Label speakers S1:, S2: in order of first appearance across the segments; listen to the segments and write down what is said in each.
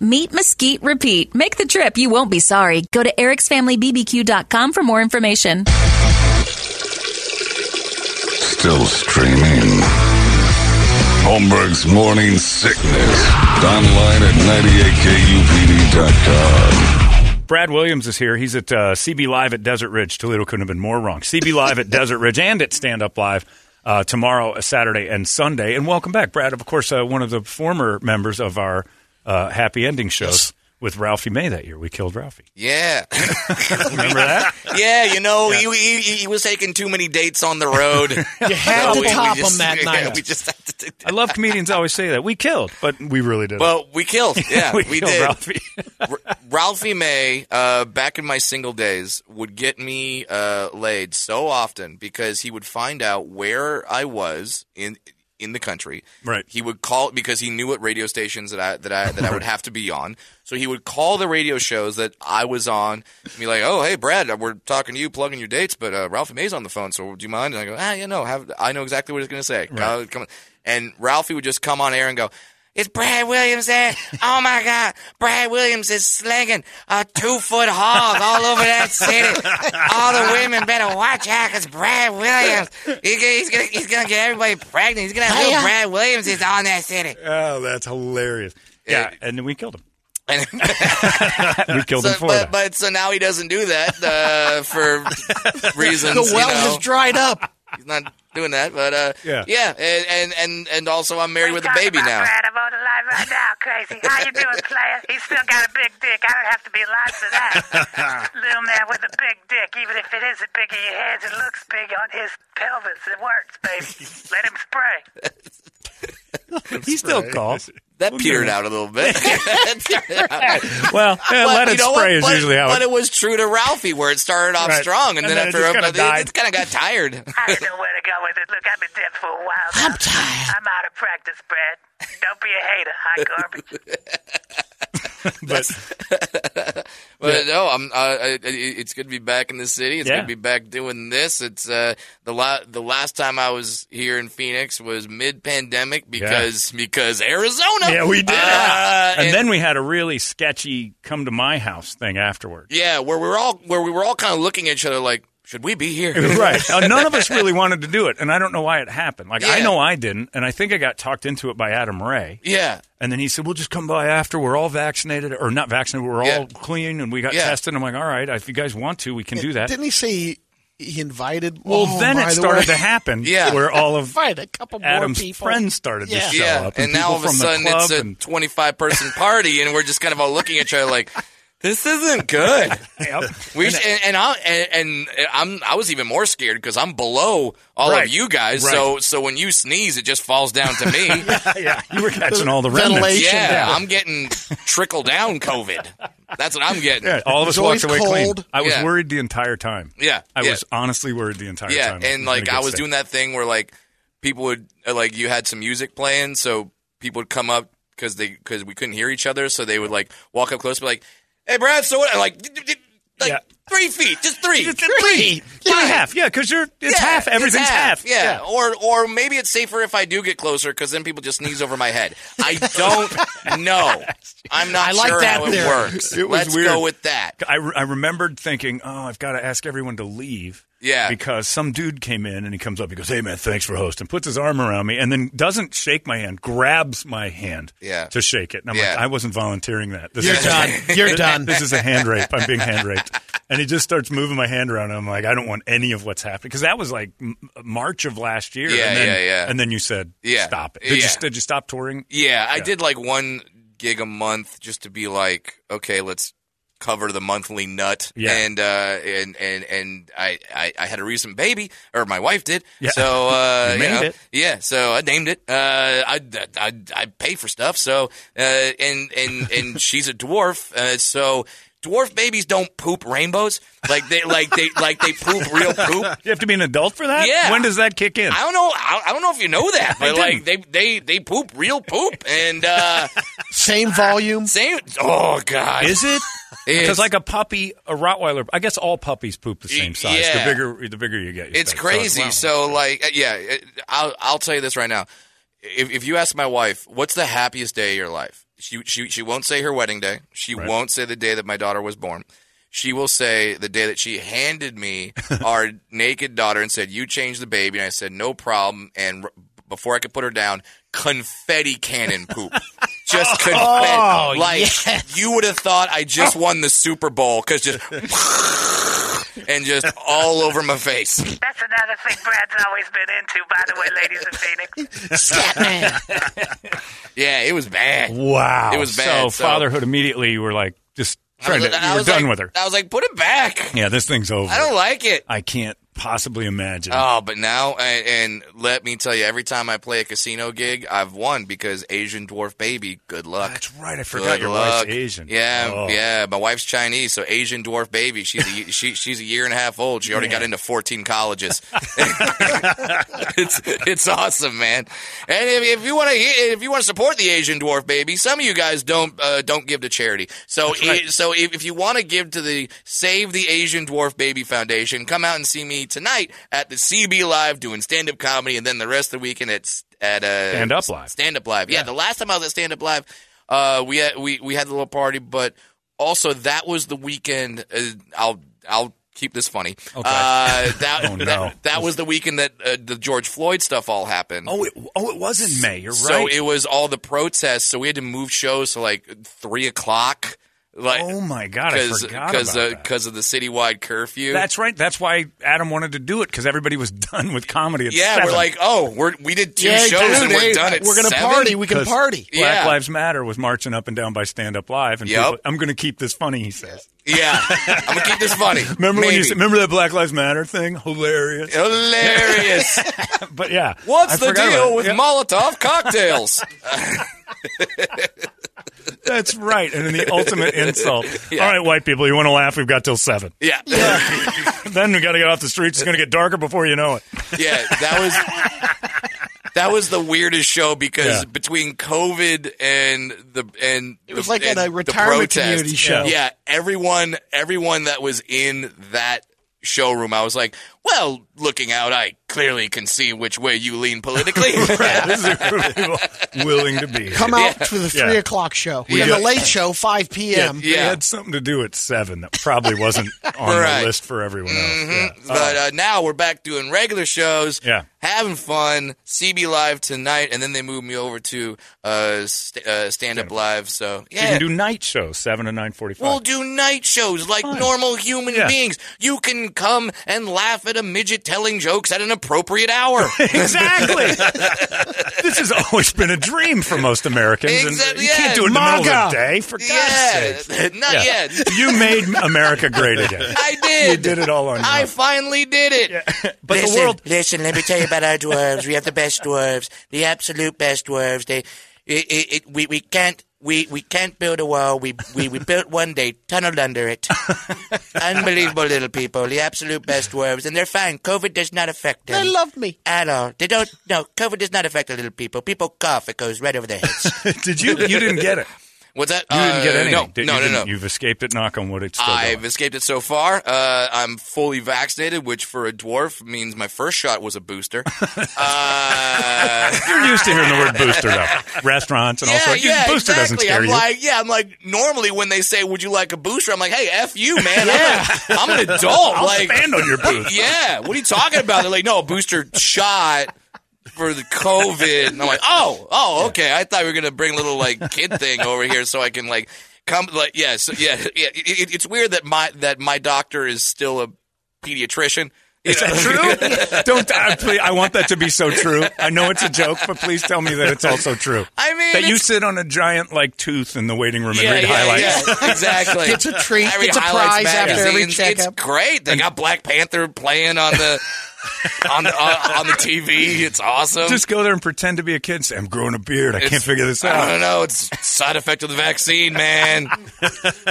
S1: Meet Mesquite Repeat. Make the trip, you won't be sorry. Go to ericsfamilybbq.com for more information.
S2: Still streaming. Holmberg's Morning Sickness. Online at 98kupd.com.
S3: Brad Williams is here. He's at uh, CB Live at Desert Ridge. Toledo couldn't have been more wrong. CB Live at Desert Ridge and at Stand Up Live uh, tomorrow, Saturday, and Sunday. And welcome back, Brad. Of course, uh, one of the former members of our uh, Happy Ending shows with Ralphie May that year. We killed Ralphie.
S4: Yeah,
S3: Remember that?
S4: yeah. You know, He, he, he was taking too many dates on the road. you
S5: had to top him that night.
S4: We just had to. take
S3: I love comedians always say that. We killed, but we really didn't.
S4: well, we killed. Yeah, we,
S3: killed
S4: did.
S3: Ralphie.
S4: R- Ralphie May, uh, back in my single days, would get me uh, laid so often because he would find out where I was in in the country.
S3: Right.
S4: He would call because he knew what radio stations that I that I that I would have to be on. So he would call the radio shows that I was on and be like, "Oh, hey, Brad, we're talking to you, plugging your dates, but uh, Ralphie May's on the phone, so do you mind?" And I go, "Ah, you know, have I know exactly what he's going to say." Uh, come on. And Ralphie would just come on air and go. It's Brad Williams there. Oh my God. Brad Williams is slinging a two foot hog all over that city. All the women better watch out because Brad Williams, he's gonna, he's, gonna, he's gonna get everybody pregnant. He's
S5: Oh,
S4: gonna have little Brad Williams is on that city.
S3: oh, that's hilarious. Yeah, and then we killed him.
S4: And-
S3: We killed
S4: so,
S3: him for
S4: but,
S3: that.
S4: but so now he doesn't do that uh, for reasons.
S5: The well
S4: you know.
S5: has dried up.
S4: He's not doing that. But uh,
S3: Yeah.
S4: yeah, and, and and and also I'm married with a
S6: Talk
S4: baby
S6: about
S4: now.
S6: Brad, I'm on the line right now, crazy. How you doing, player? He's still got a big dick. I don't have to be alive for that. Little man with a big dick, even if it isn't big in your hands, it looks big on his pelvis. It works, baby. Let him spray.
S3: He still calls.
S4: That petered out a little bit. That petered out.
S3: Well, eh,
S4: But
S3: let
S4: you
S3: it
S4: know
S3: spray
S4: what?
S3: is
S4: but,
S3: usually how
S4: But
S3: it.
S4: it was true to Ralphie, where it started off
S3: Right.
S4: strong, and,
S3: And
S4: then,
S3: then it
S4: after
S3: just
S4: a-
S3: kinda
S4: it,
S3: died.
S4: it kind of got tired.
S6: I don't know where to go with it. Look, I've been dead for a while. Now. I'm tired. I'm out of practice, Brad. Don't be a hater, hot garbage.
S4: But no, I'm. Uh, I- I- it's good to be back in the city. It's
S3: Yeah.
S4: good to be back doing this. It's uh, the la- the last time I was here in Phoenix was mid pandemic because because Arizona.
S3: Yeah, we did.
S4: Uh,
S3: and then we had a really sketchy come to my house thing afterward.
S4: yeah, where we were all where we were all kind of looking at each other like, should we be here?
S3: right. Uh, none of us really wanted to do it, and I don't know why it happened. Like I
S4: Yeah.
S3: know I didn't, and I think I got talked into it by Adam Ray.
S4: yeah.
S3: And then he said, "We'll just come by after we're all vaccinated, or not vaccinated. We're
S4: Yeah.
S3: all clean, and we got
S4: Yeah.
S3: tested." I'm like, "All right, if you guys want to, we can do that."
S5: Didn't he say he, he invited?
S3: well,
S5: oh,
S3: then
S5: by
S3: it
S5: the
S3: started
S5: way.
S3: to happen.
S4: Yeah.
S3: Where all of
S5: Right, a couple more
S3: Adam's
S5: people.
S3: friends started
S5: Yeah.
S3: to show
S4: yeah,
S3: up,
S4: and, now
S3: people
S4: all of a
S3: from the
S4: sudden
S3: club
S4: it's a
S3: and-
S4: 25 person party, and we're just kind of all looking at each other like, this isn't good.
S3: Yep.
S4: We sh- and and, I, and and I'm I was even more scared because I'm below all
S3: Right.
S4: of you guys.
S3: Right.
S4: So so when you sneeze, it just falls down to me.
S3: yeah, you were catching all the remnants.
S5: Ventilation.
S4: yeah, I'm getting trickle down COVID. That's what I'm getting.
S7: Yeah, all of us walked
S5: Joy's
S7: away clean.
S5: cold.
S3: I was
S4: Yeah.
S3: worried the entire time.
S4: Yeah,
S3: I
S4: yeah.
S3: was honestly worried the entire
S4: yeah
S3: time.
S4: and like i was doing that thing where like people would uh, like you had some music playing so people would come up because they because we couldn't hear each other so they would like walk up close and be like hey brad so what and, like d- d- d- like
S3: Yeah.
S4: three feet just three
S3: three, not half. Yeah, because you're it's
S4: Yeah,
S3: half. Everything's half.
S4: Yeah. or or maybe it's safer if I do get closer because then people just sneeze over my head. I don't know. I'm not
S5: I like
S4: sure
S5: that
S4: how it
S5: theory.
S4: works.
S3: It was
S4: Let's
S3: weird.
S4: go with that.
S3: I, re- I remembered thinking, oh, I've got to ask everyone to leave.
S4: Yeah.
S3: Because some dude came in and he comes up, he goes, hey, man, thanks for hosting, puts his arm around me, and then doesn't shake my hand, grabs my hand
S4: Yeah.
S3: to shake it. And I'm
S4: Yeah.
S3: like, I wasn't volunteering that. This
S5: You're
S3: is
S5: done. You're done.
S3: This is a hand rape. I'm being hand raped. And he just starts moving my hand around. And I'm like, I don't want any of what's happening. Because that was like m- March of last year.
S4: Yeah,
S3: and then,
S4: yeah, yeah.
S3: And then you said,
S4: Yeah.
S3: stop it. Did,
S4: Yeah.
S3: you, did you stop touring?
S4: Yeah, I did like one gig a month just to be like, okay, let's cover the monthly nut.
S3: Yeah.
S4: And uh and and and I I, I had a recent baby, or my wife did.
S3: Yeah.
S4: So uh
S3: You named
S4: know,
S3: it.
S4: Yeah, so I named it. Uh I I I pay for stuff, so uh and and and she's a dwarf, uh, so Dwarf babies don't poop rainbows like they like they like they poop real poop.
S3: You have to be an adult for that?
S4: Yeah.
S3: When does that kick in?
S4: I don't know. I, I don't know if you know that,
S3: I
S4: but like they they they poop real poop, and uh,
S5: Same volume.
S4: Same. Oh God.
S3: Is it?
S4: It's-
S3: Because like a puppy, a Rottweiler, I guess all puppies poop the same size.
S4: Yeah.
S3: The bigger, the bigger you get. you
S4: it's
S3: think.
S4: crazy.
S3: wow.
S4: So, like, uh, yeah. it- I'll I'll tell you this right now. If if you ask my wife, what's the happiest day of your life? She she she won't say her wedding day. She won't say the day that my daughter was born. She will say the day that she handed me our naked daughter and said, "You change the baby," and I said, "No problem." And r- before I could put her down, confetti cannon poop. Just confetti. like you would have thought I just won the Super Bowl because just and just all over my face.
S6: That's another thing Brad's always been into, by the way, ladies of Phoenix.
S4: Yeah, it was bad.
S3: wow,
S4: It was bad, so-
S3: So fatherhood immediately, you were like just trying to, you were done
S4: like,
S3: with her.
S4: I was like, put it back.
S3: Yeah, this thing's over.
S4: I don't like it.
S3: I can't possibly imagine.
S4: Oh, but now, and, and let me tell you, every time I play a casino gig, I've won because Asian dwarf baby. Good luck.
S3: That's right. I forgot
S4: Good
S3: your wife's
S4: luck.
S3: Asian.
S4: Yeah,
S3: Oh.
S4: yeah. My wife's Chinese, so Asian dwarf baby. She's a, she, she's a year and a half old. She already got into fourteen colleges. it's it's awesome, man. And if, if you want to if you want to support the Asian dwarf baby, some of you guys don't uh, don't give to charity. So i- so if, if you want to give to the Save the Asian Dwarf Baby Foundation, come out and see me tonight at the CB Live doing stand up comedy, and then the rest of the weekend at s- at uh,
S3: Stand Up Live.
S4: Stand Up Live. Yeah, the last time I was at Stand Up Live, uh, we had we we had the little party, but also that was the weekend. Uh, I'll I'll keep this funny. Okay. Uh, that,
S3: Oh, no.
S4: that that was the weekend that uh, the George Floyd stuff all happened.
S3: Oh, it, oh, it was in May. You're right.
S4: So it was all the protests. So we had to move shows to like three o'clock. Like,
S3: oh my god, I forgot
S4: because
S3: about
S4: uh,
S3: that.
S4: 'cause of the citywide curfew.
S3: That's right. That's why Adam wanted to do it because everybody was done with comedy. At
S4: yeah.
S3: seven.
S4: We're like, oh, we're we did two
S5: Yeah,
S4: shows and
S5: dude,
S4: we're
S5: hey,
S4: done at
S5: We're gonna
S4: seven?
S5: party. We can party.
S3: Black
S4: yeah.
S3: Lives Matter was marching up and down by Stand Up Live, and
S4: Yep.
S3: people, I'm going to keep this funny. He says.
S4: Yeah, I'm gonna keep this funny.
S3: Remember when you
S4: Maybe.
S3: said, remember that Black Lives Matter thing? Hilarious.
S4: Hilarious.
S3: But yeah,
S4: What's
S3: I
S4: the
S3: forgot
S4: deal
S3: about it.
S4: with
S3: Yeah,
S4: Molotov cocktails?
S3: That's right. And then the ultimate insult. All right, white people, you want to laugh? We've got till seven.
S4: yeah.
S3: then we got to get off the streets. It's going to get darker before you know it.
S4: Yeah, that was that was the weirdest show because
S3: Yeah.
S4: between COVID and the and
S5: It was like at a
S4: and the
S5: retirement
S4: protests,
S5: community show.
S4: Yeah, everyone everyone that was in that showroom, I was like, well, looking out, I clearly can see which way you lean politically.
S3: This is a group of people willing to be. here.
S5: Come out for the
S3: Yeah.
S5: three o'clock show. We have
S3: Yeah.
S5: the late show, five p.m.
S3: They had something to do at seven that probably wasn't on
S4: Right.
S3: the list for everyone else. Yeah.
S4: But uh, now we're back doing regular shows,
S3: Uh-huh. Yeah.
S4: having fun. CB Live tonight, and then they moved me over to uh, st- uh, Stand Up Live. So yeah,
S3: You can do night shows, seven to nine forty-five.
S4: We'll do night shows like normal human
S3: Yeah.
S4: beings. You can come and laugh at a midget telling jokes at an appropriate hour.
S3: Exactly. this has always been a dream for most Americans. and
S4: Exactly,
S3: you
S4: yeah.
S3: can't do it in the middle of
S5: MAGA.
S3: the day, for God's
S4: yeah,
S3: sake.
S4: not
S3: Yeah.
S4: yet.
S3: You made America great again.
S4: I did.
S3: You did it all on your
S4: I
S3: own.
S4: finally did it.
S3: But the world,
S8: Listen, let me tell you about our dwarves. We have the best dwarves, the absolute best dwarves. They, it, it, it, we, we can't
S4: we we can't build a wall. We we, we built one. They tunneled under it. Unbelievable little people. The absolute best worms, and they're fine. COVID does not affect them.
S5: They love me.
S4: at all. They don't. No, COVID does not affect the little people. People cough. It goes right over their heads.
S3: Did you? You didn't get it.
S4: What's that?
S3: You didn't get
S4: Uh,
S3: anything.
S4: No,
S3: Did-
S4: no,
S3: you
S4: no, no.
S3: didn't. You've escaped it. Knock on wood. It's still
S4: I've
S3: going.
S4: escaped it so far. Uh, I'm fully vaccinated, which for a dwarf means my first shot was a booster. uh,
S3: You're used to hearing the word booster though. Restaurants and all sorts. You- booster doesn't scare
S4: I'm
S3: you.
S4: like, yeah, I'm like, normally when they say, "Would you like a booster?" I'm like, "Hey, f you, man! I'm, a, I'm an adult.
S3: I'll
S4: like,
S3: stand on your booth.
S4: yeah, what are you talking about?" They're like, "No, a booster shot." For the COVID, and I'm like, oh, oh, okay. I thought we were gonna bring a little like kid thing over here so I can like come, like, yeah, so, yeah, yeah. It, it- it's weird that my that my doctor is still a pediatrician. You
S3: Is
S4: know?
S3: that true? Don't I, please, I want that to be so true. I know it's a joke, but please tell me that it's also true.
S4: I mean,
S3: that you
S4: it's-
S3: sit on a giant like tooth in the waiting room and
S4: yeah,
S3: read
S4: yeah,
S3: highlights.
S4: yeah, exactly.
S5: Gets a treat,
S4: I read
S5: gets a
S4: highlights
S5: prize after every
S4: magazines.
S5: checkup.
S4: It's great. They got Black Panther playing on the on the uh, on, on the TV. It's awesome.
S3: Just go there and pretend to be a kid. and Say, I'm growing a beard. I can't
S4: It's-
S3: figure this
S4: I don't
S3: out.
S4: know. It's side effect of the vaccine, man.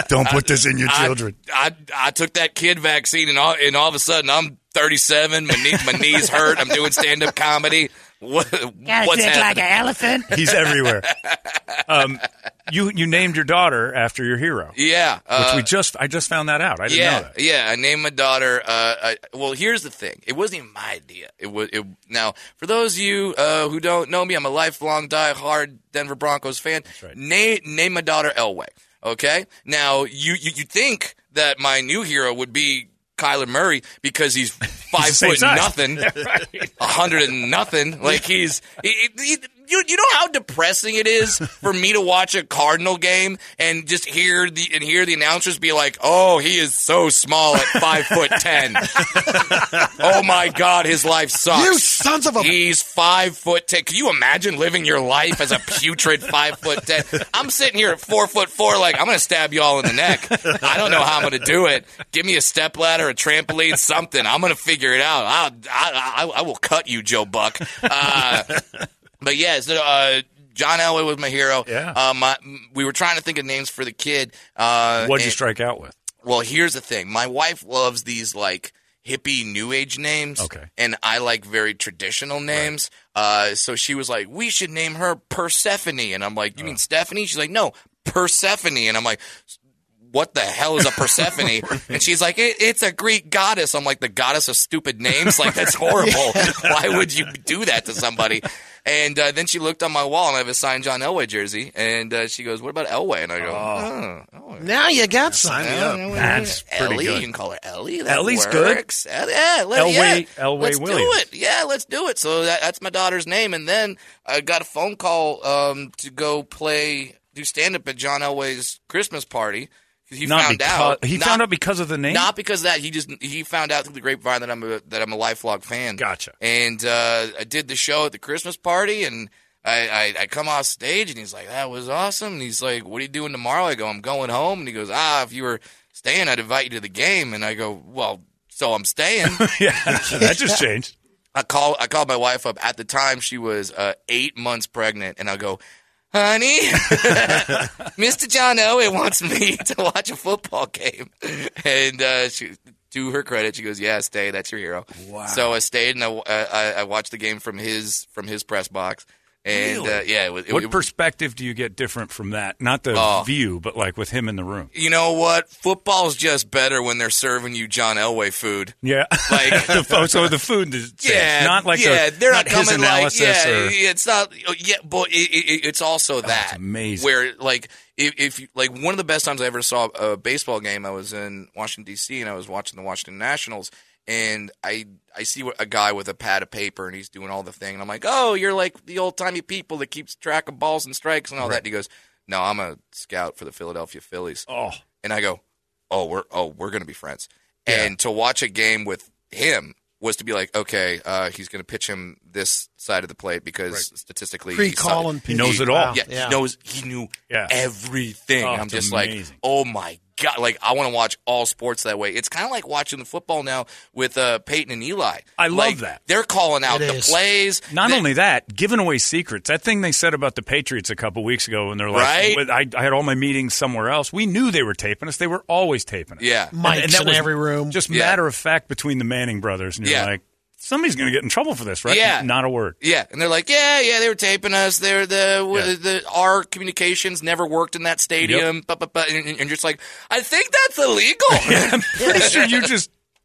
S3: Don't put this in your
S4: uh, I-
S3: children.
S4: I, I took that kid vaccine, and all and all of a sudden I'm 37. My, knee, my knees hurt. I'm doing stand up comedy. What,
S6: Got a
S4: what's
S6: dick like
S4: happening?
S6: an elephant.
S3: He's everywhere. Um, you you named your daughter after your hero, which
S4: yeah. uh,
S3: we just I just found that out. I didn't
S4: yeah,
S3: know that.
S4: yeah. I named my daughter. Uh, I, well, here's the thing. It wasn't even my idea. It was. It, now, for those of you uh, who don't know me, I'm a lifelong die-hard Denver Broncos fan. Name name my daughter Elway. Okay. Now, you you you think that my new hero would be Kyler Murray because he's five
S3: same
S4: foot
S3: size.
S4: nothing, a hundred and nothing. Like he's he, he, he- you, you know how depressing it is for me to watch a Cardinal game and just hear the and hear the announcers be like, "Oh, he is so small at five foot ten. oh my God, his life sucks.
S5: You sons of a-
S4: He's five foot ten. Can you imagine living your life as a putrid five foot ten? I'm sitting here at four foot four, like I'm gonna stab you all in the neck. I don't know how I'm gonna do it. Give me a step ladder, a trampoline, something. I'm gonna figure it out. I'll, I, I, I will cut you, Joe Buck. Uh, but yeah, so, uh, John Elway was my hero.
S3: Yeah.
S4: Uh, my, we were trying to think of names for the kid. Uh,
S3: What'd you
S4: and-
S3: strike out with?
S4: well, here's the thing. My wife loves these like hippie new age names.
S3: Okay.
S4: And I like very traditional names. Uh, so she was like, we should name her Persephone. And I'm like, you mean Stephanie? She's like, no, Persephone. And I'm like, what the hell is a Persephone? And she's like, it, it's a Greek goddess. I'm like, the goddess of stupid names? Like, that's horrible. Why would you do that to somebody? And uh, then she looked on my wall, and I have a signed John Elway jersey. And uh, she goes, "What about Elway?" And I go, "Oh,
S5: Now you got something.
S3: That's pretty
S4: Ellie. You
S3: good.
S4: can call her Ellie. That
S3: Ellie's good.
S4: works. good. Yeah, let,
S3: Elway-
S4: yeah.
S3: Elway
S4: let's
S3: Williams.
S4: do it. Yeah, let's do it. So that, that's my daughter's name. And then I got a phone call um, to go play, do stand up at John Elway's Christmas party. He
S3: Not
S4: found
S3: because-
S4: out.
S3: He
S4: not-
S3: found out because of the name.
S4: Not because of that. He just he found out through the grapevine that I'm a that I'm a lifelong fan.
S3: Gotcha.
S4: And uh, I did the show at the Christmas party, and I, I I come off stage, and he's like, "That was awesome." And he's like, "What are you doing tomorrow?" I go, "I'm going home." And he goes, "Ah, if you were staying, I'd invite you to the game." And I go, "Well." So I'm staying.
S3: yeah, that just changed.
S4: I call I called my wife up at the time she was uh, eight months pregnant, and I go, "Honey, Mr. John Elway wants me to watch a football game," and uh, she. To her credit, she goes, "Yeah, stay. That's your hero." Wow. So I stayed and I, I, I watched the game from his from his press box, and uh, yeah, it was. it-
S3: What
S4: it-
S3: perspective do you get different from that? Not the
S4: Oh.
S3: view, but like with him in the room.
S4: you know what? Football's just better when they're serving you John Elway food.
S3: Yeah,
S4: Like-
S3: the, fo- so the food is
S4: Yeah,
S3: not like
S4: yeah,
S3: a,
S4: they're not,
S3: his
S4: coming
S3: analysis
S4: like yeah,
S3: or Oh,
S4: it's not oh, yeah, but it, it, it- it's also that
S3: amazing.
S4: where like if, if you- like one of the best times I ever saw a baseball game, I was in Washington D.C. and I was watching the Washington Nationals, and I I see what, a guy with a pad of paper and he's doing all the thing, and I'm like, oh, you're like the old timey people that keeps track of balls and strikes and all that. And he goes, no, I'm a scout for the Philadelphia Phillies
S3: oh,
S4: and I go, "Oh, we're oh we're gonna be friends." And to watch a game with him was to be like, "Okay, uh, he's gonna pitch him this side of the plate because statistically, he's
S5: Pre-calling
S4: solid."
S3: he knows it all.
S4: Yeah, he knows he knew
S3: Yeah.
S4: everything.
S3: Oh,
S4: I'm
S3: it's
S4: just like,
S3: amazing.
S4: "Oh my God, like I want to watch all sports that way. It's kind of like watching the football now with uh, Peyton and Eli.
S3: I love
S4: Like,
S3: that.
S4: They're calling out
S5: It
S4: the
S5: is.
S4: plays.
S3: Not
S4: They-
S3: only that, giving away secrets. That thing they said about the Patriots a couple weeks ago, and they're like,
S4: Right?
S3: "Well, I, I had all my meetings somewhere else. We knew they were taping us. They were always taping us.
S4: Yeah.
S3: And-
S5: Mics
S3: and that
S5: in
S3: was
S5: every room.
S3: Just
S4: Yeah.
S3: matter of fact between the Manning brothers. And you're
S4: Yeah.
S3: like, somebody's going to get in trouble for this, right?
S4: Yeah.
S3: Not a word.
S4: Yeah, and they're like, yeah, yeah, they were taping us. They're the,
S3: Yeah.
S4: the, the our communications never worked in that stadium. But but but and, and you're just like, I think that's illegal.
S3: I'm pretty sure you just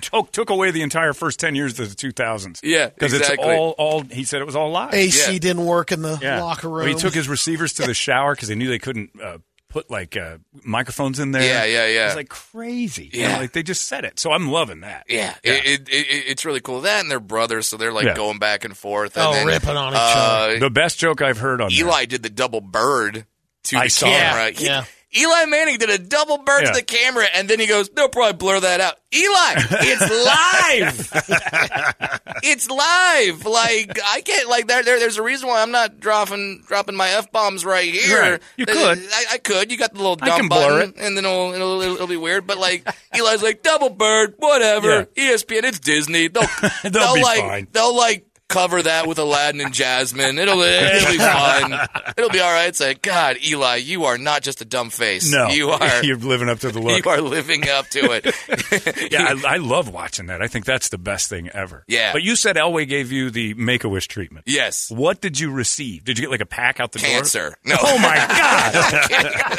S3: took, took away the entire first 10 years of the 2000s.
S4: Yeah,
S3: Because
S4: exactly.
S3: it's all, all, he said it was all lies.
S5: AC
S4: Yeah.
S5: didn't work in the
S3: Yeah.
S5: locker room.
S3: Well, he took his receivers to the shower because they knew they couldn't uh, put like uh, microphones in there.
S4: Yeah, yeah, yeah.
S3: It's like crazy. You
S4: Yeah.
S3: know, like they just said it. So I'm loving that.
S4: Yeah, It, it, it, it's really cool. That and they're brothers, so they're like
S3: Yeah.
S4: going back and forth. And
S5: Oh,
S4: then,
S5: ripping on each
S4: uh,
S3: The best joke I've heard on
S4: Eli did the double bird to
S3: I
S4: the
S3: saw that.
S4: camera. He-
S5: Yeah.
S4: Eli Manning did a double bird
S3: Yeah.
S4: to the camera, and then he goes, "They'll probably blur that out." Eli, it's live. it's live. Like I can't. Like there, there, there's a reason why I'm not dropping dropping my f bombs right here.
S3: Right. You
S4: Th-
S3: could.
S4: I, I could. You got the little
S3: I
S4: dumb
S3: can
S4: button,
S3: blur it.
S4: and then it'll, it'll it'll it'll be weird. But like Eli's like double bird, whatever. E ESPN, it's Disney. They'll
S3: They'll
S4: they'll,
S3: be
S4: like
S3: fine.
S4: they'll like cover that with Aladdin and Jasmine. It'll it'll be fun. It'll be all right. It's like God, Eli, you are not just a dumb face.
S3: No,
S4: you are.
S3: You're living up to the
S4: You
S3: look.
S4: are living up to it.
S3: yeah, I, I love watching that. I think that's the best thing ever.
S4: Yeah.
S3: But you said Elway gave you the Make a Wish treatment.
S4: yes.
S3: What did you receive? Did you get like a pack out the door?
S4: Cancer. No.
S3: Oh my God!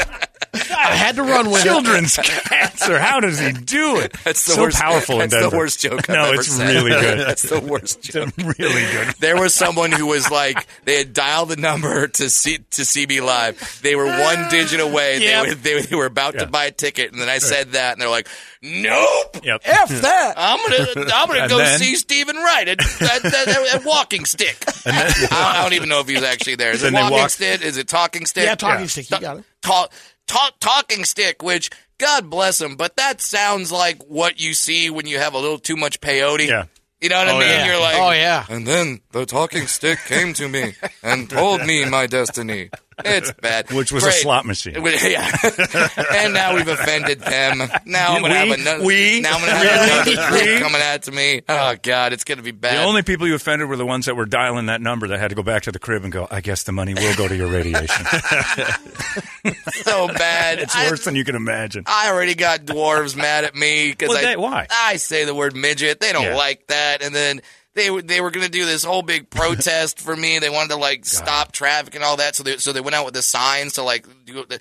S5: I had to run with it.
S3: Children's cancer. How does he do it?
S4: That's the
S3: so
S4: worst.
S3: powerful in
S4: That's
S3: Denver.
S4: the worst joke. I've
S3: no,
S4: ever
S3: it's
S4: said.
S3: really good.
S4: that's the worst
S3: It's
S4: joke.
S3: a really good.
S4: There was someone who was like they had dialed the number to see to CB Live. They were one digit away. They, were, they, they were about
S3: Yeah.
S4: to buy a ticket, and then I said that, and they're like, "Nope,
S3: Yep.
S5: F that.
S4: I'm gonna I'm gonna
S3: And
S4: go
S3: then-
S4: see Stephen Wright at, at, at, at Walking Stick." I, don't, I don't even know if he's actually there. Is it
S3: Then they
S4: Walking
S3: walk-
S4: Stick? Is it Talking Stick?
S5: Yeah, talking stick. You got it.
S4: Ta- ta- talking stick, which God bless him, but that sounds like what you see when you have a little too much peyote.
S3: Yeah.
S4: You know what I mean?
S5: yeah.
S4: You're like,
S5: Oh, yeah.
S4: And then the talking stick came to me and told me my destiny. It's bad.
S3: Which was a slot machine.
S4: yeah. and now we've offended them. Now I'm gonna
S3: We-
S4: have another.
S3: we-
S4: now I'm gonna have
S3: really?
S4: another group
S3: We?
S4: coming at to me. Oh God, it's gonna be bad.
S3: The only people you offended were the ones that were dialing that number that had to go back to the crib and go, I guess the money will go to your radiation.
S4: so bad.
S3: it's
S4: I-
S3: worse than you can imagine.
S4: I already got dwarves mad at me because
S3: Well,
S4: I
S3: they- why?
S4: I say the word midget. They don't
S3: Yeah.
S4: like that, and then. They, were- they were going to do this whole big protest for me. They wanted to like stop traffic and all that. So they so they went out with the signs to like do the,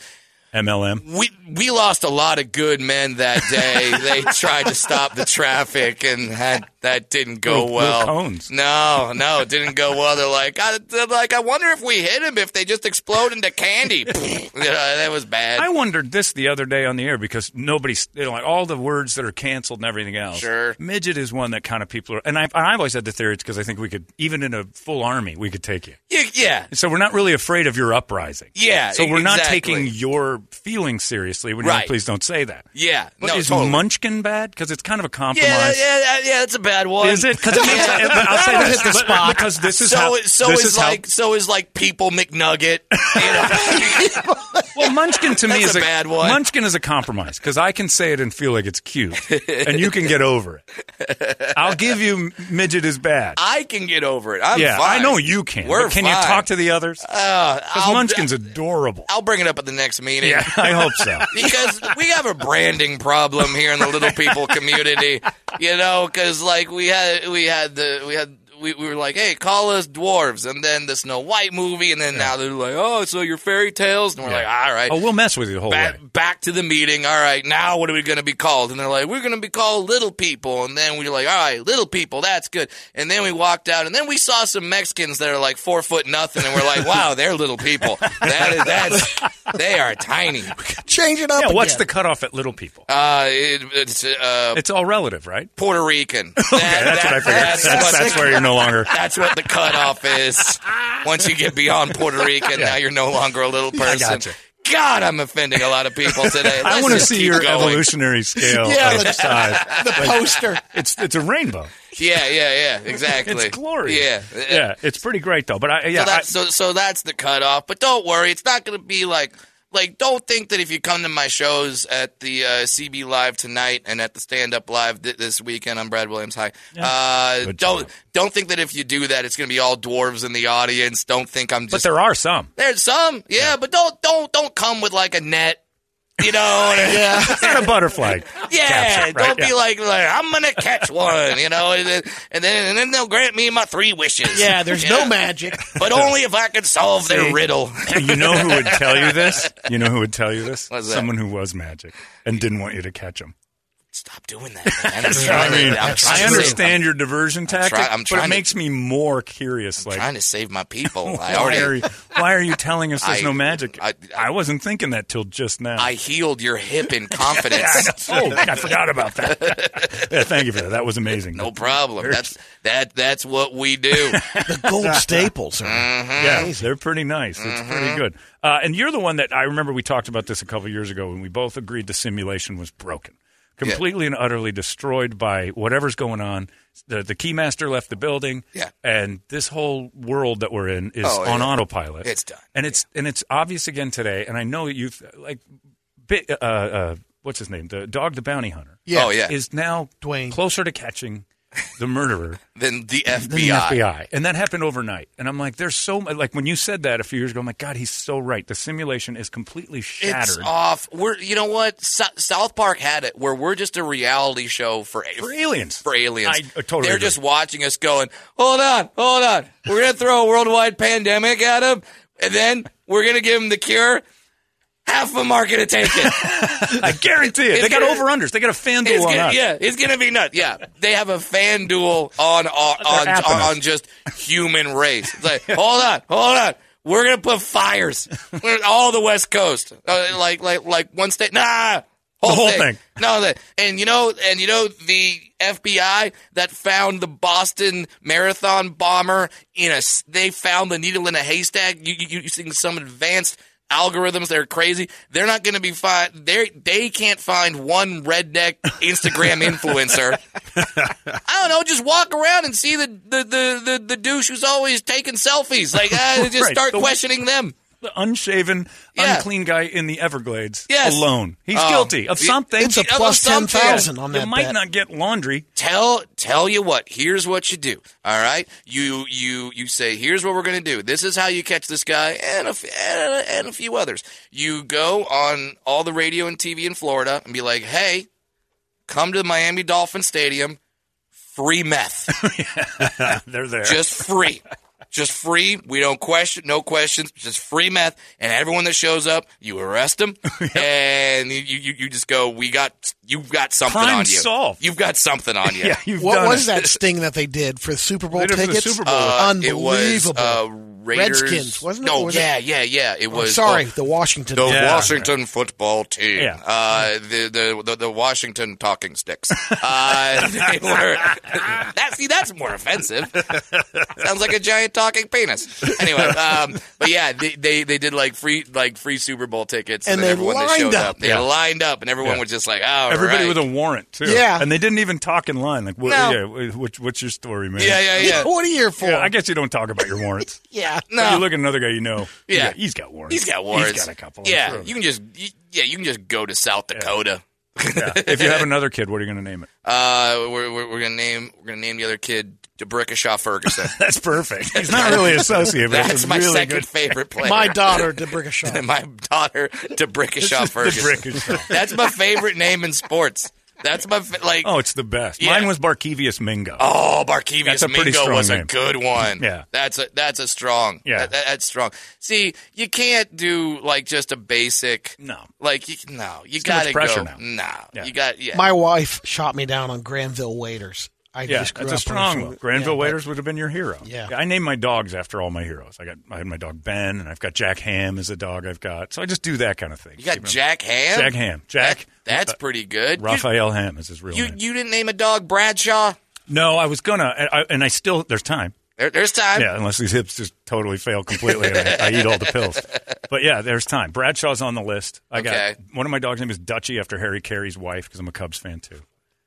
S3: MLM.
S4: we we lost a lot of good men that day. they tried to stop the traffic, and that that didn't go
S3: Little- little
S4: well.
S3: cones.
S4: No, no, it didn't go well. They're like, I, they're like, I wonder if we hit him if they just explode into candy. You know, that was bad.
S3: I wondered this the other day on the air because nobody's you know, like all the words that are canceled and everything else.
S4: Sure.
S3: midget is one that kind of people are, and I've, I've always had the theory it's because I think we could, even in a full army, we could take you.
S4: yeah, yeah,
S3: So we're not really afraid of your uprising.
S4: Yeah,
S3: So we're not
S4: exactly.
S3: taking your feelings seriously. When you're like,
S4: Right.
S3: please don't say that.
S4: yeah.
S3: But
S4: no,
S3: is
S4: totally.
S3: Munchkin bad? Because it's kind of a compromise.
S4: Yeah, yeah, yeah, yeah, that's a bad one.
S3: Is it? Because it makes. I'll say
S5: That'll
S3: this,
S5: hit the
S3: but-
S5: spot.
S3: because this is
S4: so
S3: how.
S4: so
S3: this
S4: is,
S3: how-
S4: like so is like people McNugget. You know?
S3: well, Munchkin to me
S4: That's
S3: is
S4: a bad one.
S3: Munchkin is a compromise because I can say it and feel like it's cute, and you can get over it. I'll give you midget is bad.
S4: I can get over it. I'm
S3: yeah,
S4: fine.
S3: I know you can.
S4: We're
S3: but can you
S4: fine. Uh,
S3: talk to the others? Because
S4: I'll-
S3: Munchkin's adorable.
S4: I'll bring it up at the next meeting.
S3: yeah, I hope so.
S4: because we have a branding problem here in the little people community. You know, because like we had we had the we had we, we were like, hey, call us dwarves, and then the Snow White movie, and then now they're like, oh, so your fairy tales, and we're like, all right,
S3: Oh, we'll mess with you the whole
S4: back,
S3: way.
S4: back to the meeting. All right, now what are we going to be called? And they're like, we're going to be called Little People. And then we're like, all right, Little People, that's good. And then we walked out, and then we saw some Mexicans that are like four foot nothing, and we're like, wow, they're little people. That is, that's they are tiny.
S5: Change it up.
S3: Yeah, what's the
S5: again.
S3: cutoff at little people?
S4: Uh, it, it's uh,
S3: it's all relative, right?
S4: Puerto Rican.
S3: Okay, that's what I figured. That's, that's, where you're no longer.
S4: That's what the cutoff is. Once you get beyond Puerto Rican, now you're no longer a little person.
S3: gotcha.
S4: God, I'm offending a lot of people today.
S3: I
S4: Let's
S3: want to
S4: just
S3: see
S4: keep
S3: your
S4: going.
S3: evolutionary scale
S5: Yeah,
S3: of
S5: let's-
S3: size.
S5: the poster?
S3: It's it's a rainbow.
S4: Yeah, yeah, yeah. Exactly.
S3: It's glorious.
S4: Yeah.
S3: yeah. It's pretty great though. But I, yeah,
S4: so, that's,
S3: I-
S4: so so that's the cutoff. But don't worry, it's not going to be like like don't think that if you come to my shows at the uh, CB Live tonight and at the Stand Up Live th- this weekend on Brad Williams High, uh,
S3: Good
S4: don't
S3: job.
S4: don't think that if you do that it's going to be all dwarves in the audience. Don't think I'm
S3: but
S4: just
S3: there are some.
S4: there's some yeah, but don't don't don't come with like a net. You know, yeah,
S3: It's not a butterfly.
S4: yeah,
S3: capture, right?
S4: don't
S3: Yeah.
S4: be like, like I'm gonna catch one, you know, and then and then, and then they'll grant me my three wishes.
S5: Yeah, there's
S4: You
S5: no
S4: know?
S5: magic.
S4: but only if I could solve their
S3: See?
S4: riddle.
S3: you know who would tell you this? You know who would tell you this?
S4: What's that?
S3: Someone who was magic and didn't want you to catch him.
S4: Stop doing that. Man. I'm
S3: I
S4: trying
S3: mean,
S4: to, I'm trying
S3: I
S4: to
S3: understand your diversion
S4: try-
S3: tactic,
S4: I'm
S3: but
S4: trying
S3: it
S4: to-
S3: makes me more curious.
S4: Save,
S3: Like,
S4: trying to save my people. I
S3: why are
S4: already.
S3: you, why are you telling us there's
S4: I-
S3: no magic? I,
S4: I-
S3: wasn't thinking that till just now.
S4: I healed your hip in
S3: Yeah, I know.
S4: confidence.
S3: oh, man, I forgot about that. Yeah, thank you for that. That was amazing.
S4: No problem. That's that. That's what we do.
S5: The gold staples. Are,
S4: Mm-hmm.
S3: Yeah, they're pretty nice. It's pretty good. Uh, and you're the one that I remember we talked about this a couple years ago, and we both agreed the simulation was broken, completely and utterly destroyed by whatever's going on. The, the keymaster left the building,
S4: Yeah.
S3: and this whole world that we're in is
S4: Oh,
S3: on
S4: yeah.
S3: autopilot.
S4: It's done.
S3: and it's and it's obvious again today. And I know that you like, bit, uh, uh, what's his name? The dog, the bounty hunter.
S4: Oh yeah.
S3: is now
S5: Dwayne.
S3: closer to catching the murderer
S4: then the
S3: than
S4: FBI.
S3: the FBI. And that happened overnight. And I'm like, there's so much. Like when you said that a few years ago, I'm like, God, he's so right. The simulation is completely
S4: It's
S3: shattered.
S4: off. We're you know what? So- South Park had it where we're just a reality show for
S3: For aliens.
S4: for aliens.
S3: I uh, totally
S4: They're
S3: agree.
S4: just watching us going, hold on, hold on. We're going to throw a worldwide pandemic at them, and then we're going to give them the cure. Half of them are going to take it.
S3: I guarantee it. They
S4: It's
S3: got
S4: gonna-
S3: over unders. They got a fan
S4: It's
S3: duel on
S4: gonna,
S3: us.
S4: yeah, it's going to be nuts. Yeah. They have a fan duel on, on, on,
S3: They're apping us.
S4: on, just human race. It's like, hold on, hold on. We're going to put fires We're- all the West Coast. Uh, like, like, like one state. Nah. Whole
S3: whole thing.
S4: No, that and you know, and you know, the FBI that found the Boston Marathon bomber in a. s- They found the needle in a haystack. You, you, you think some advanced algorithms that are crazy? They're not going to be fine. They they can't find one redneck Instagram influencer. I don't know. Just walk around and see the the the the, the douche who's always taking selfies. Like, uh, just
S3: Right.
S4: start
S3: The-
S4: questioning them.
S3: The unshaven,
S4: Yeah.
S3: unclean guy in the Everglades
S4: Yes.
S3: alone. He's
S4: Oh.
S3: guilty of
S4: It-
S3: something.
S4: it's a
S3: Yeah.
S5: plus ten
S4: something.
S5: thousand on
S3: You
S5: that.
S3: might
S5: bet.
S3: not get laundry.
S4: tell tell you what here's what you do all right you you you say here's what we're going to do this is how you catch this guy and a, f- and, a, and a few others you go on all the radio and tv in florida and be like hey come to miami dolphin stadium free meth
S3: They're there.
S4: just free. Just free. We don't question, no questions. Just free meth, and everyone that shows up, you arrest them, and you, you you just go. We got you've got something
S3: Crime
S4: on you.
S3: solved.
S4: You've got something on you.
S3: yeah, you've
S5: What
S3: done
S5: was
S3: it.
S5: that sting that they did for the Super Bowl
S3: They did it for the
S5: tickets?
S3: Super Bowl. Uh,
S4: It
S5: Unbelievable.
S4: was uh, Raiders.
S5: Redskins, wasn't it?
S4: No,
S5: Or was it-
S4: yeah, yeah, yeah. It
S5: Oh,
S4: was.
S5: sorry,
S4: uh,
S5: the Washington.
S4: the
S3: Yeah.
S4: Washington football team.
S3: Yeah.
S4: Uh, the, the the the Washington talking sticks. Uh, they were. That see, that's more offensive. Sounds like a giant talking penis. Anyway, um, but yeah, they, they they did like free like free Super Bowl tickets,
S5: And
S4: then
S5: they
S4: everyone that
S5: lined
S4: showed
S5: up.
S4: up, they
S3: Yeah.
S4: lined up, and everyone
S3: Yeah.
S4: was just like, "Oh,
S3: Everybody
S4: right.
S3: with a warrant too.
S5: Yeah.
S3: and they didn't even talk in line. Like, what,
S4: No.
S3: yeah, what, what's your story, man?
S4: yeah, yeah, yeah."
S5: What are you here for?
S3: Yeah, I guess you don't talk about your warrants.
S5: Yeah.
S3: But
S4: No,
S3: You look at another guy you know. he's
S4: Yeah.
S3: got- he's got warrants.
S4: he's got words.
S3: He's got a couple. I'm
S4: Yeah,
S3: sure.
S4: you can just you, yeah, you can just go to South Dakota.
S3: Yeah. If you have another kid, what are you going to name it?
S4: Uh, we're, we're, we're gonna name we're gonna name the other kid Debrickashaw Ferguson.
S3: That's perfect. He's not really associated, but it's
S4: That's
S3: a
S4: my
S3: really
S4: second
S3: good.
S4: favorite player.
S5: My daughter, Debrickashaw.
S4: my daughter Debrickashaw Ferguson.
S3: Debrickashaw.
S4: That's my favorite name in sports. That's my fa- like.
S3: Oh, it's the best.
S4: Yeah.
S3: Mine was Barkevius Mingo.
S4: Oh,
S3: That's
S4: Barkevius
S3: a pretty
S4: Mingo
S3: strong
S4: was a
S3: name.
S4: good one.
S3: Yeah.
S4: that's a that's a strong.
S3: Yeah.
S4: that- that- that's strong. See, you can't do like just a basic.
S3: No.
S4: like you, no, you
S3: too much
S4: gotta
S3: pressure now.
S4: go. No,
S3: Yeah.
S4: you got yeah.
S5: My wife shot me down on Granville waiters. I
S3: Yeah,
S5: just grew
S3: that's a
S5: up on
S3: strong
S5: food.
S3: one. Granville
S5: Yeah, but-
S3: Waiters would have been your hero.
S5: Yeah.
S3: I named my dogs after all my heroes. I got I had my dog Ben, and I've got Jack Ham as a dog I've got. So I just do that kind of thing.
S4: you got
S3: Keep it-
S4: Jack Ham.
S3: Jack Ham. Jack. uh,
S4: That- that's pretty good. You-
S3: Raphael Ham is his real
S4: You
S3: name.
S4: you didn't name a dog Bradshaw.
S3: no, I was gonna, and I, and I still there's time.
S4: There, there's time.
S3: yeah, unless these hips just totally fail completely and I, I eat all the pills. But yeah, there's time. Bradshaw's on the list. I
S4: Okay.
S3: got one of my dogs' name is Dutchie after Harry Carey's wife because I'm a Cubs fan too.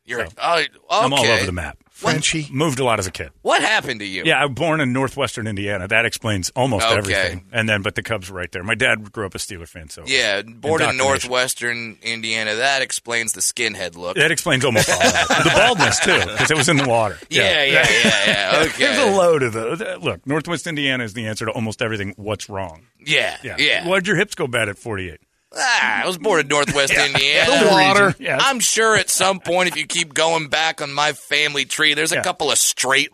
S4: You're oh, okay.
S3: I'm all over the map.
S5: Frenchie.
S3: Moved a lot as a kid.
S4: What happened to you?
S3: Yeah, I was born in northwestern Indiana. That explains almost
S4: Okay.
S3: everything. And then, but the Cubs were right there. My dad grew up a Steeler fan, so
S4: Yeah, born in
S3: Indoctrination.
S4: northwestern Indiana. That explains the skinhead look.
S3: that explains almost all of it. the baldness too, because it was in the water.
S4: Yeah, yeah, yeah, yeah. Okay.
S3: There's a load of the look. Northwest Indiana is the answer to almost everything. What's wrong?
S4: Yeah, yeah.
S3: Yeah. Why'd your hips go bad at 48?
S4: Ah, I was born in Northwest Indiana.
S5: The water.
S3: Yeah.
S4: I'm sure at some point, if you keep going back on my family tree, there's a
S3: Yeah.
S4: couple of straight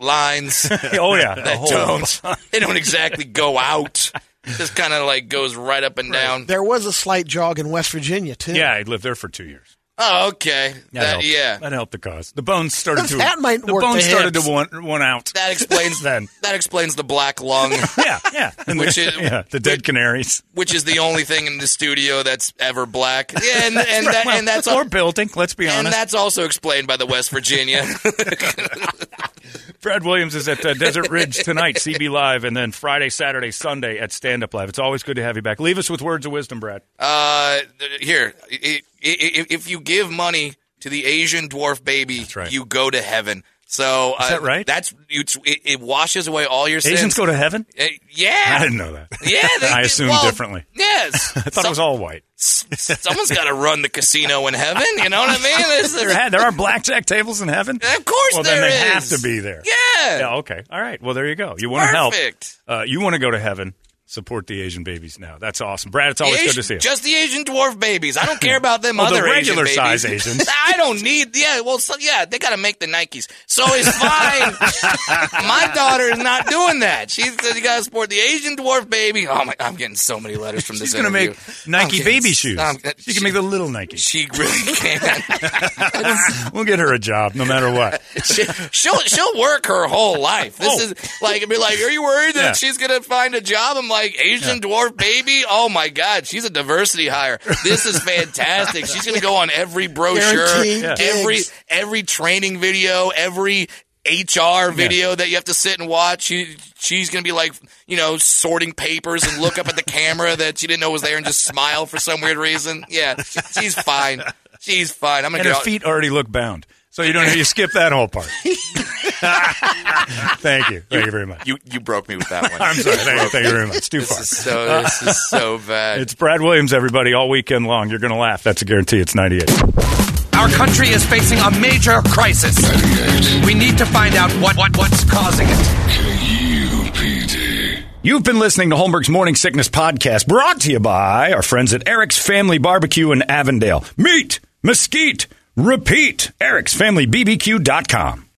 S4: lines
S3: Oh yeah, the
S4: that
S3: whole-
S4: don't. They don't exactly go out. Just kind of like goes right up and down.
S5: There was a slight jog in West Virginia too.
S3: Yeah, I lived there for two years.
S4: Oh, okay.
S3: That,
S4: That-
S3: helped.
S4: yeah.
S3: that helped the cause. The bones started to
S5: That might
S3: the
S5: work
S3: bones
S5: the
S3: started
S5: hips.
S3: to one one out.
S4: That explains
S3: Then.
S4: That explains the black lung,
S3: yeah, yeah, And
S4: Which
S3: the,
S4: is-
S3: yeah, the dead canaries
S4: which is the only thing in the studio that's ever black. Yeah, and, and, that,
S3: Well,
S4: and that's
S3: or building. Let's be
S4: and
S3: honest.
S4: that's also explained by the West Virginia.
S3: Brad Williams is at uh, Desert Ridge tonight, CB Live, and then Friday, Saturday, Sunday at Stand Up Live. It's always good to have you back. Leave us with words of wisdom, Brad.
S4: Uh, here, i- i- i- if you give money to the Asian dwarf baby,
S3: right.
S4: you go to heaven. So uh,
S3: Is that right?
S4: That's it's, it, it washes away all your
S3: Asians
S4: sins.
S3: go to heaven.
S4: Uh,
S3: I
S4: yeah,
S3: didn't know that.
S4: yeah. They,
S3: I assumed
S4: well,
S3: differently.
S4: Yes,
S3: I thought it was all white.
S4: someone's got to run the casino in heaven. You know what I mean? This is-
S3: There, had, there are blackjack tables in heaven.
S4: Of course
S3: well,
S4: there
S3: then they
S4: is.
S3: have to be there.
S4: Yeah.
S3: Yeah, okay. All right. Well, there you go. You want to help.
S4: Perfect.
S3: Uh, you want to go to heaven. Support the Asian babies now. That's awesome. Brad, it's
S4: The
S3: always
S4: Asian-
S3: good to see you.
S4: Just the Asian dwarf babies. I don't care about them
S3: Well, the
S4: other Asian
S3: regular
S4: babies.
S3: size Asians.
S4: I don't need. Yeah, well, so, yeah, they got to make the Nikes, so it's fine. my daughter is not doing that. She said you got to support the Asian dwarf baby. Oh my! I'm getting so many letters from
S3: She's
S4: this.
S3: going to
S4: interview.
S3: make Nike
S4: I'm getting-
S3: baby shoes.
S4: I'm-
S3: she can make the little Nike.
S4: She really can.
S3: we'll get her a job no matter what.
S4: she, she'll she'll work her whole life. This
S3: Oh.
S4: is like it'd be like, are you worried that
S3: Yeah.
S4: she's gonna find a job? I'm like Asian dwarf baby. Oh my god, she's a diversity hire. This is fantastic. she's gonna go on every brochure,
S5: Guaranteed Yeah.
S4: every
S5: gigs.
S4: every training video, every. HR video that you have to sit and watch. She, she's going to be like, you know, sorting papers and look up at the camera that she didn't know was there and just smile for some weird reason. Yeah, she- she's fine. She's fine. I'm going
S3: And
S4: to
S3: her
S4: get all-
S3: feet already look bound. So you don't you skip that whole part. Thank you. Thank you very much.
S4: You you broke me with that one.
S3: I'm sorry. Thank, thank you very much. It's too far.
S4: This is so this is so bad.
S3: It's Brad Williams, everybody, all weekend long. You're going to laugh. That's a guarantee. It's 98.
S9: Our country is facing a major crisis. We need to find out what, what what's causing it.
S2: KUPD.
S7: You've been listening to Holmberg's Morning Sickness Podcast, brought to you by our friends at Eric's Family Barbecue in Avondale. Meet, mesquite, repeat. Eric'sFamilyBBQ.com.